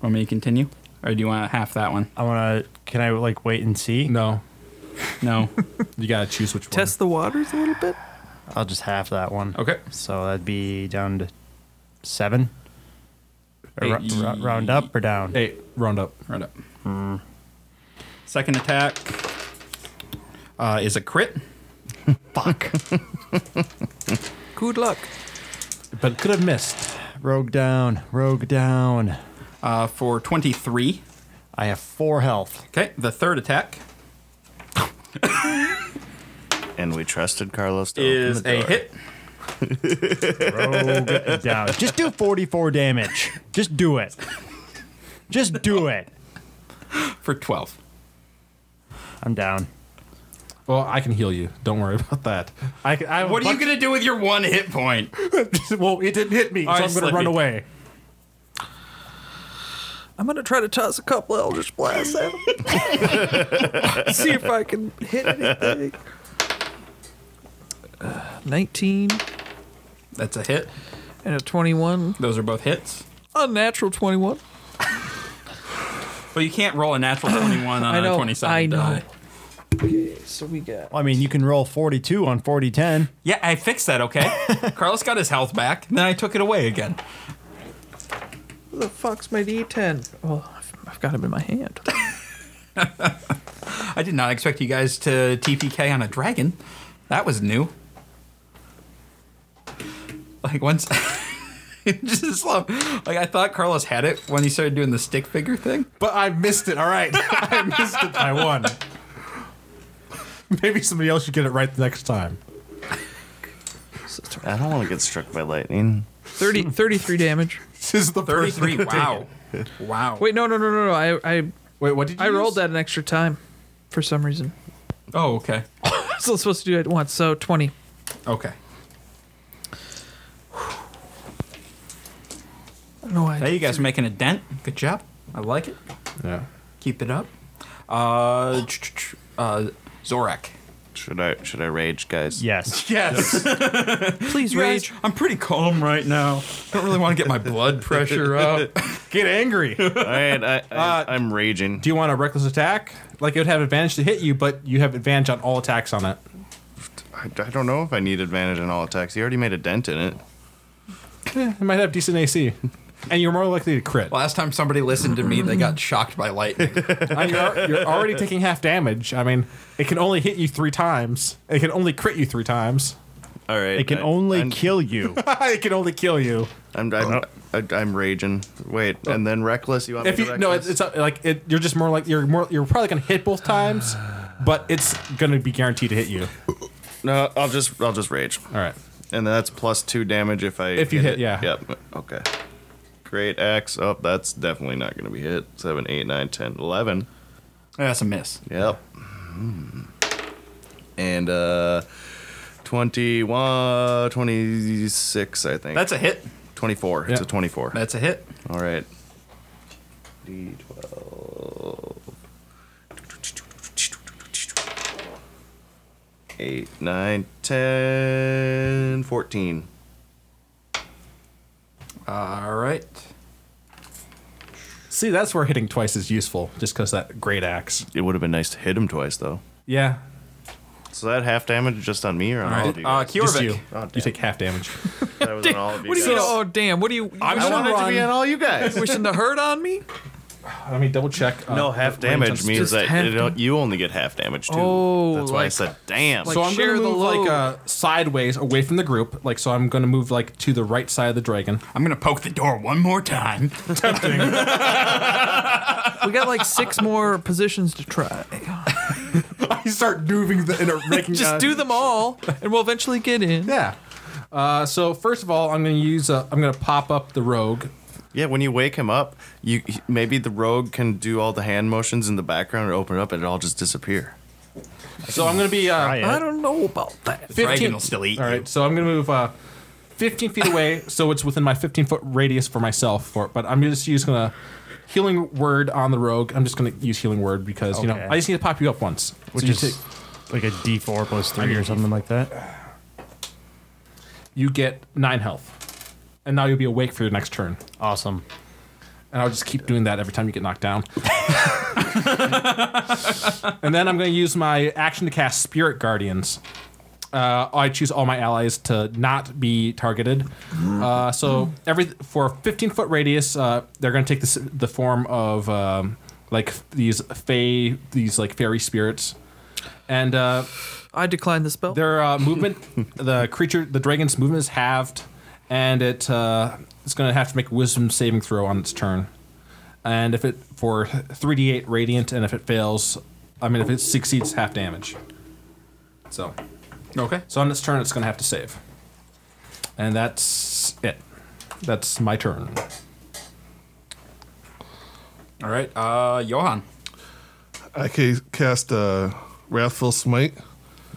Want me to continue? Or do you want to half that one? I wanna can I like wait and see? No, No. you gotta choose which one. Test the waters a little bit. I'll just half that one. okay. So that'd be down to seven. Or Eight. ro- ro- round up or down? Eight round up. Right up. Second attack uh, is a crit. Fuck. Good luck. but could have missed. rogue down. Rogue down. uh, for 23. I have four health. Okay, the third attack And we trusted Carlos to is open the a door. hit. Rogue down. Just do 44 damage. Just do it. Just do it. for 12. I'm down. Well, I can heal you. Don't worry about that. I, can, I have a What are you bunch- going to do with your one hit point? well, it didn't hit me, so All I'm right, gonna Slippy. run away. I'm gonna try to toss a couple Eldritch Blasts at him. See if I can hit anything. Uh, 19 That's a hit. and a 21. Those are both hits. Unnatural 21. But you can't roll a natural 21 Uh, on I know, a 27 I know. die. So we got. Well, I mean, you can roll 42 on 4010. Yeah, I fixed that, okay? Carlos got his health back, then I took it away again. Where the fuck's my D10? Well, I've, I've got him in my hand. I did not expect you guys to TPK on a dragon. That was new. Like once just love like I thought Carlos had it when he started doing the stick figure thing. But I missed it. All right, I missed it. I won. Maybe somebody else should get it right the next time. I don't want to get struck by lightning. 30, 33 damage. This is the first 33. Wow. Wow. Wait, no, no, no, no, no. I, I, Wait, what did you? I rolled use? that an extra time for some reason. Oh, okay. So I'm supposed to do it at once. So 20. Okay. I don't know why. I Hey, you guys are making a dent. Good job. I like it. Yeah. Keep it up. Uh, ch- ch- ch- uh Zorak. Should I should I rage, guys? Yes. Yes. did. Please Rage. rage. I'm pretty calm right now. Don't really want to get my blood pressure up. Get angry. Do All right, I, I, Uh, I'm raging. you want a reckless attack? Like it would have advantage to hit you, but you have advantage on all attacks on it. I, I don't know if I need advantage in all attacks. You already made a dent in it. It might have decent AC, and you're more likely to crit. Last time somebody listened to me, they got shocked by lightning. And you're, you're already taking half damage. I mean, it can only hit you three times. It can only crit you three times. All right. It can I- only I'm, kill you. it can only kill you. I'm I'm, I, I'm raging. Wait, and then reckless. You want Oh. If me to you no, reckless? it's, it's uh, like it, you're just more like you're more. You're probably gonna hit both times, but it's gonna be guaranteed to hit you. no. I'll just I'll just rage, All right. and that's plus two damage if I If you hit, it. yeah. Yep. Okay. Great axe. Oh, that's definitely not going to be hit. Seven, eight, nine, ten, eleven. That's a miss. Yep. Hmm. And uh, 21, 26, I think. That's a hit. 24. It's Yeah. a 24. That's a hit. All right. D12. Eight, nine, ten, fourteen. All right. See, that's where hitting twice is useful, just because that great axe. It would have been nice to hit him twice, though. Yeah, So that half damage just on me or on all, of you? Uh, guys? just Kiorvik. you. Oh, you take half damage. that was on all of you. Uh, What do you mean? guys. Oh, damn. What do you. I'm I gonna wanted to be run. on all you guys. wishing the hurt on me? Let me double check. uh, No, half the range on damage means Just that half it don't- you only get half damage too. Oh, that's why I like- said damn. like- so I'm share gonna the move like load. uh, sideways away from the group. Like so, I'm gonna move like to the right side of the dragon. I'm gonna poke the door one more time. We got like six more positions to try. you start moving the inner, making Just do them all, and we'll eventually get in. Yeah. Uh, so first of all, I'm gonna use. A, I'm gonna pop up the rogue. yeah, when you wake him up, you maybe the rogue can do all the hand motions in the background and open it up, and it all just disappear. So I'm gonna be Try uh, it. I don't know about that. 15. Dragon will still eat All you. right. So I'm gonna move uh, 15 feet away, so it's within my 15 foot radius for myself. For but I'm just using a healing word on the rogue. I'm just gonna use healing word because you know Okay. I just need to pop you up once. which So you is take- like a D4 plus three or something like that. you get nine health, and now you'll be awake for your next turn. Awesome. And I'll just keep doing that every time you get knocked down. and then I'm going to use my action to cast Spirit Guardians. Uh, I choose all my allies to not be targeted. Uh, so every for a 15 foot radius, uh, they're going to take this, the form of um, like these fey, these like fairy spirits, and uh, I declined the spell. their uh, movement, the creature, the dragon's movement is halved, and it uh, it's going to have to make a wisdom saving throw on its turn. And if it for 3d8 radiant, and if it fails, I mean if it succeeds, half damage. So, Okay. so on its turn, it's going to have to save. And that's it. That's my turn. All right. Uh, Johan. I ca- cast uh, Wrathful Smite,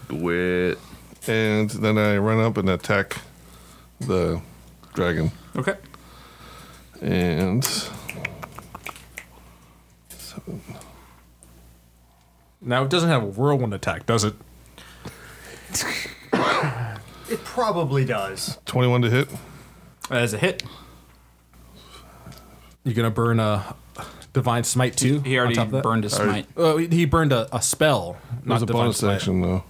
With and then I run up and attack the dragon. Okay. And seven. Now it doesn't have a whirlwind attack, does it? It probably does. 21 to hit. As a hit. You're going to burn a divine smite too. He already burned his smite. Oh, he burned a, a spell, That was not a divine bonus smite. action, though.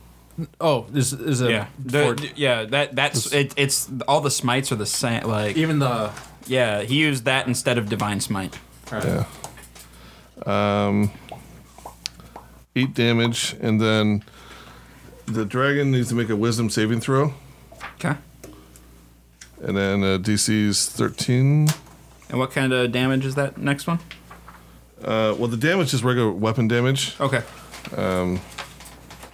Oh, is is a Yeah. The- d- yeah. That that's it, it's all the smites are the same. Like even the yeah, he used that instead of divine smite. Yeah. Um, eight damage, and then the dragon needs to make a wisdom saving throw, Okay. and then uh, DC's 13. And what kind of damage is that next one? Uh, well, the damage is regular weapon damage. Okay.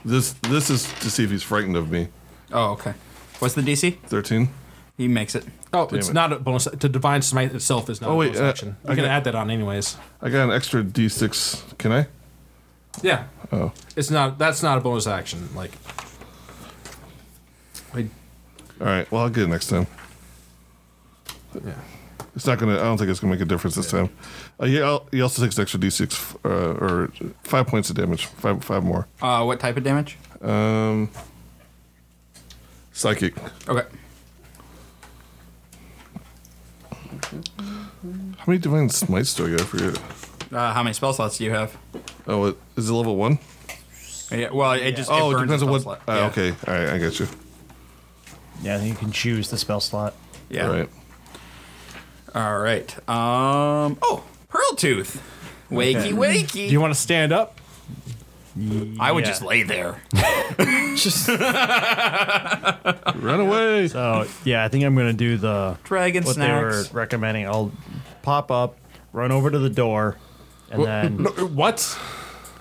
This this is to see if he's frightened of me. Oh, okay. What's the DC? 13. He makes it. oh, it's not a bonus. To divine smite itself is not Oh, a wait, bonus uh, action. You I can got- add that on anyways. I got an extra D6. Can I? Yeah. Oh, it's not. That's not a bonus action. Like, I- All right. Well, I'll get it next time. yeah. It's not gonna. I don't think it's gonna make a difference this time. Uh, he, al- he also takes an extra D6 uh, or five points of damage. Five five more. Uh, what type of damage? Um, psychic. Okay. How many divine smites do I get? I forget. Uh, how many spell slots do you have? Oh, it, is it level one? Yeah, well, it just Oh, it it burns depends a on spell what. slot. ah, yeah. Okay, all right, I get you. Yeah, I think you can choose the spell slot. Yeah. All right. All right. Um. Oh, Pearl Tooth. Wakey, wakey. Do you want to stand up? I would Yeah. just lay there. Run away. So Oh, yeah, I think I'm gonna do the Dragon what snacks. they were recommending. I'll pop up, run over to the door, and then No, what?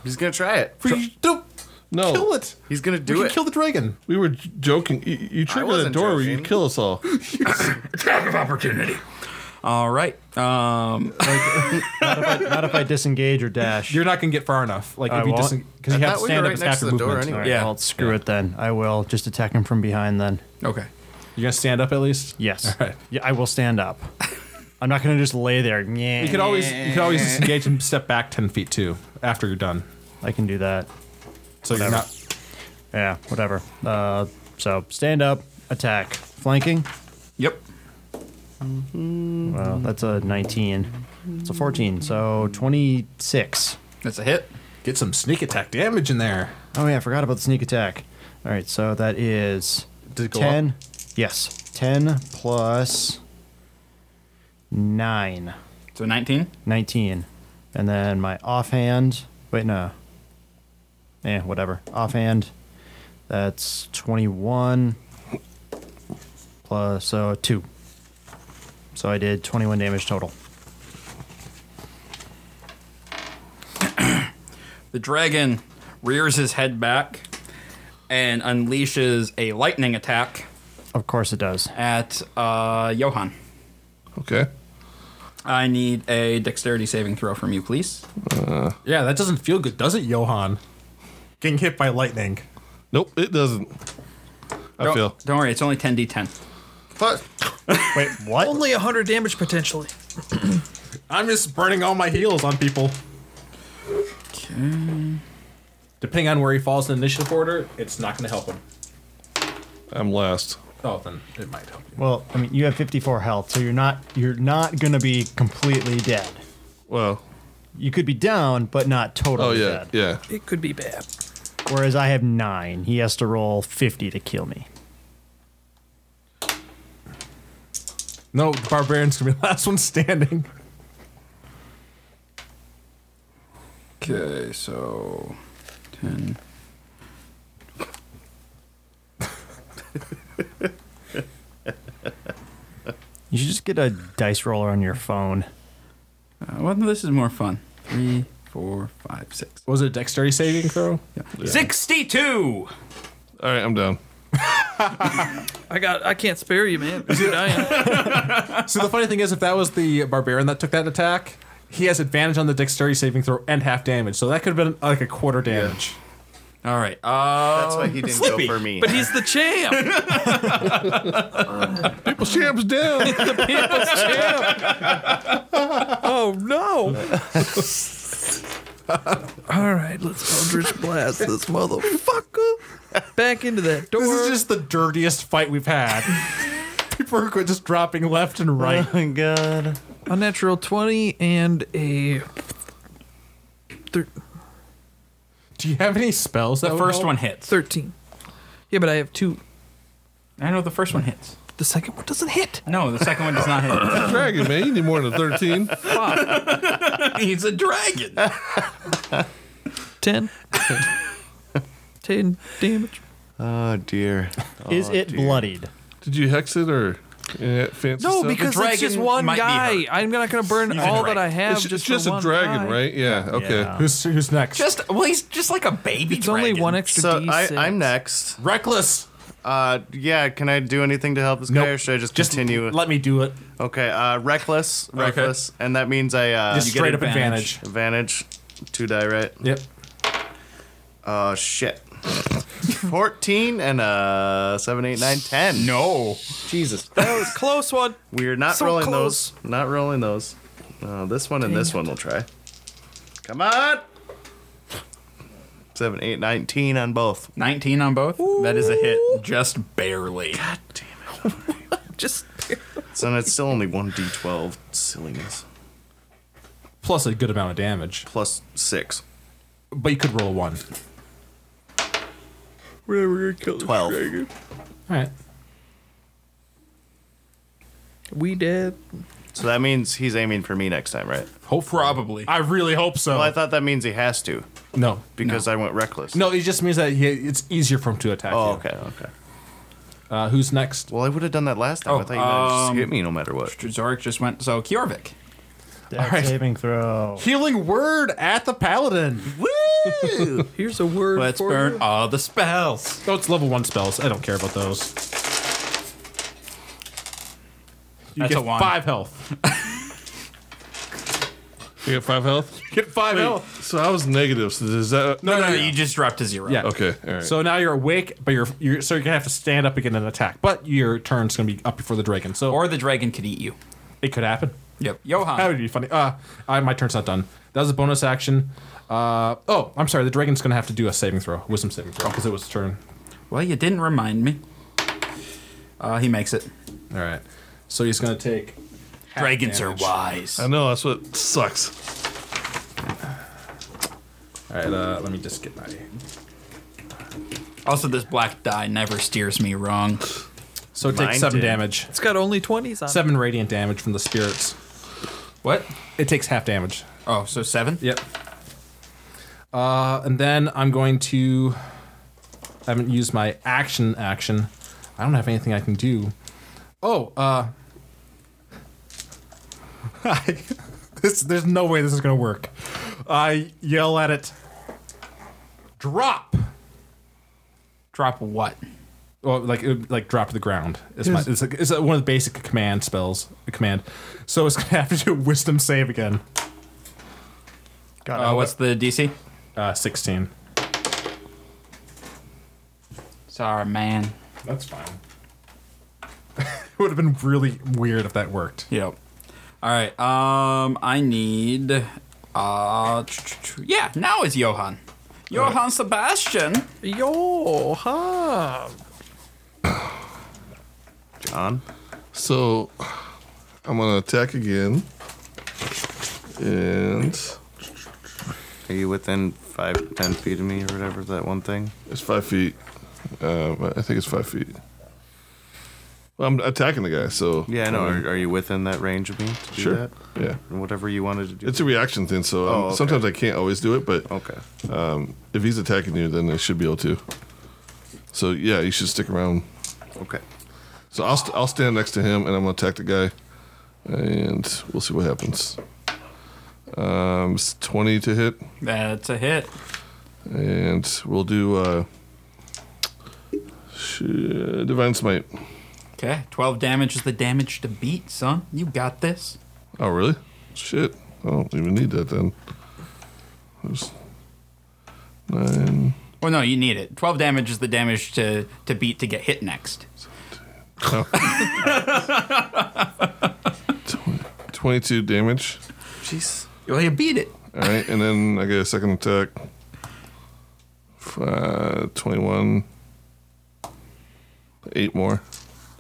he's gonna try it. Don't No, kill it. He's gonna We do can it. kill the dragon. we were j- joking. You, you trigger that wasn't door, or you joking. kill us all. Attack of opportunity. All right. Um. not if I disengage or dash. You're not gonna get far enough. Like I if you won't. just because you I thought have to we were stand up. right It's next after to the door movement. anyway. All Yeah. Well, screw it then. I will just attack him from behind then. Okay. You're gonna stand up at least. Yes. All right. Yeah, I will stand up. I'm not gonna just lay there. Yeah. You could always you could always disengage and step back ten feet too after you're done. I can do that. So you're Whatever. not. Yeah. Whatever. Uh, so stand up, attack, flanking. Yep. Mm. Well, that's a 19. It's a 14, so 26. That's a hit. Get some sneak attack damage in there. Oh, yeah, I forgot about the sneak attack. All right, so that is Does it go up? 10. Yes, 10 plus 9, So 19. 19. And then my offhand, wait, no. Eh, whatever. Offhand, that's 21 plus, so 2. So I did 21 damage total. The dragon rears his head back and unleashes a lightning attack Of course it does. at uh, Johan. Okay. I need a dexterity saving throw from you, please. Yeah, that doesn't feel good, does it, Johan? Getting hit by lightning. Nope, it doesn't. I don't, feel. Don't worry, it's only 10d10. Fuck. Wait, what? Only 100 damage potentially. I'm just burning all my heals on people. Depending on where he falls in initiative order, it's not going to help him. I'm last. Oh, then it might help you. Well, I mean, you have 54 health, so you're not you're not gonna be completely dead. Well, You could be down, but not oh totally yeah, dead. yeah. It could be bad. Whereas I have nine. He has to roll 50 to kill me. No, the barbarian's going to be the last one standing. Okay, so 10. You should just get a dice roller on your phone. Uh, well, no, this is more fun. Three, four, five, six. Was it a dexterity saving throw? Yeah. 62! All right, I'm down. I got. I can't spare you, man. I'm dying. So the funny thing is, if that was the barbarian that took that attack, he has advantage on the dexterity saving throw and half damage. So that could have been like a quarter damage. All right. Uh, Um, That's why he didn't Slippy. go for me. But he's the champ. Well, champ's down. Oh no. All right, let's Eldritch blast this motherfucker back into that door. This is just the dirtiest fight we've had. People are just dropping left and Uh. right. Oh, my god. Unnatural 20 and a. Thir- Do you have any spells? Oh, That the would first help? one hits. 13. Yeah, but I have two. I know the first one hits. The second one doesn't hit. No, the second one does not hit. Dragon, man, you need more than a 13. He's a dragon. 10. 10 damage. Oh dear. Is it bloodied? Did you hex it or any of that fancy No, stuff? because The it's just dragon one might be guy. hurt. I'm not going to burn You're all right. that I have it's ju- just, just, for a one dragon, guy. right? Yeah. Okay. Yeah. Who's who's next? Just, well, he's just like a baby It's only dragon. one extra So D6. I, I'm next. reckless. Uh, yeah. Can I do anything to help this guy, or should I just, Just continue? Let me do it. okay. Uh, reckless, reckless, and that means I uh, Just you get straight up advantage. advantage. advantage, two die, right? Yep. Oh shit. Fourteen and uh seven, eight, nine, ten. No. Jesus. That was close one. We're not So rolling close. those. Not rolling those. Uh, this one and this one will try. Come on. Seven, eight, nineteen on both. 19 on both. That is a hit. Just barely. Just So then it's still only one d12 silliness. Plus a good amount of damage. Plus six. But you could roll a one. we're gonna kill this Twelve. dragon. All right. We dead. So that means he's aiming for me next time, right? Hopefully. Oh, Probably. I really hope so. Well, I thought that means he has to no. because I went reckless. No, it just means that he, it's easier for him to attack Oh, you. okay, okay. Uh, who's next? Well, I would have done that last time. Oh, I thought you meant just um, hit me no matter what. Zarek just went. So, Kjorvik. Death right. saving throw. Healing word at the paladin. Here's a word Let's for burn you. all the spells. Oh, it's level one spells. I don't care about those. You That's get a one. five health. You got five health? You get five health. So I was negative. So does that. No, no, no, you just dropped to zero. Yeah. Okay. All right. So now you're awake, but you're, you're so you're gonna have to stand up again and attack. But your turn's gonna be up before the dragon, so Or the dragon could eat you. it could happen. Yep. That Johan. would be funny. Uh, I, my turn's not done. That was a bonus action. Uh, oh, I'm sorry. The dragon's gonna have to do a saving throw, wisdom saving throw, because it was turn. Well, you didn't remind me. Uh, he makes it. All right. So he's gonna take Dragons are wise. I know that's what sucks. All right, uh, let me just get my. Also, this black die never steers me wrong. So it takes Mine seven did. damage. It's got only 20s on Seven radiant damage from the spirits. What? It takes half damage. Oh, so seven? Yep. Uh, and then I'm going to. I haven't used my action. Action. I don't have anything I can do. Oh. uh... this, there's no way this is gonna work. I yell at it. Drop. Drop what? Well, like it would, like drop to the ground. It's my, it's, like, it's uh, one of the basic command spells. Command. So it's gonna have to do a wisdom save again. God, I Uh, hope what's the DC? Uh, Sixteen. Sorry, man. That's fine. it would have been really weird if that worked. Yep. All right. Um, I need. Uh, tch, tch, tch. yeah. Now is Johann. Johann Sebastian. Yo, huh? John. So I'm gonna attack again. And Are you within five, ten feet of me or whatever that one thing? it's five feet. Um, I think it's five feet. Well, I'm attacking the guy, so Yeah, I know. um, Are, are you within that range of me to do sure. that? Yeah, And Whatever you wanted to do. it's a reaction thing, so um, okay. Oh. sometimes I can't always do it. But okay. if he's attacking you, then I should be able to. So yeah, you should stick around. Okay. So I'll st- I'll stand next to him and I'm gonna attack the guy, and we'll see what happens. Um, it's twenty to hit, That's a hit. and we'll do uh, sh- divine smite. Okay. Twelve damage is the damage to beat, son. You got this. Oh really? Shit! I don't even need that then. There's nine. Well, Oh, no, you need it. Twelve damage is the damage to to beat to get hit next. oh. 22 damage. Jeez. Well, you beat it. All right, and then I get a second attack. F- Uh, 21. Eight more.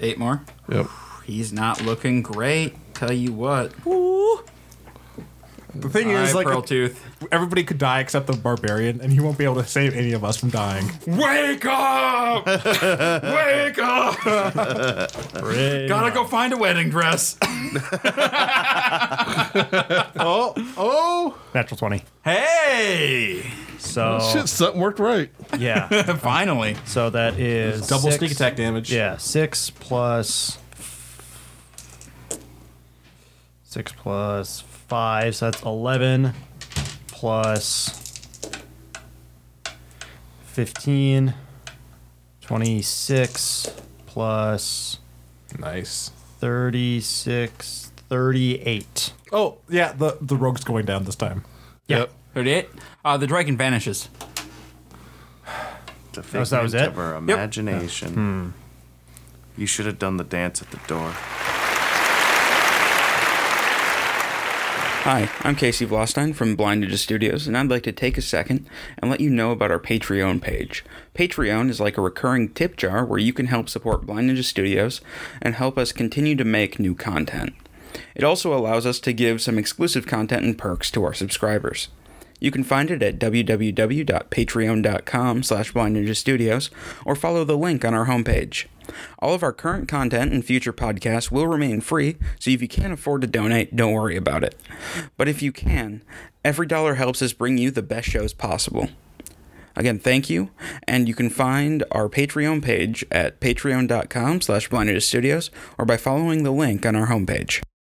Eight more. Yep. He's not looking great. Tell you what. Ooh. The thing All is, right, like, Pearl Tooth. everybody could die except the barbarian, and he won't be able to save any of us from dying. Wake up! Wake up! Gotta go find a wedding dress. natural twenty. Hey! So Shit, something worked right. yeah, Finally. so that is Double six- sneak attack damage. Yeah, six plus six plus five, so that's eleven plus fifteen. Twenty-six plus Nice. 36, 38. Oh yeah, the the rogue's going down this time. Yeah. 38. Uh, the dragon vanishes. It's a was- that was figment it? Of our imagination. You should have done the dance at the door. Hi, I'm Casey Vlostein from Blind Ninja Studios, and I'd like to take a second and let you know about our Patreon page. Patreon is like a recurring tip jar where you can help support Blind Ninja Studios and help us continue to make new content. It also allows us to give some exclusive content and perks to our subscribers. You can find it at www.patreon.com slash Blind Ninja Studios or follow the link on our homepage. All of our current content and future podcasts will remain free, so if you can't afford to donate, don't worry about it. But if you can, every dollar helps us bring you the best shows possible. Again, thank you, and you can find our Patreon page at patreon.com slash Blind Ninja Studios or by following the link on our homepage.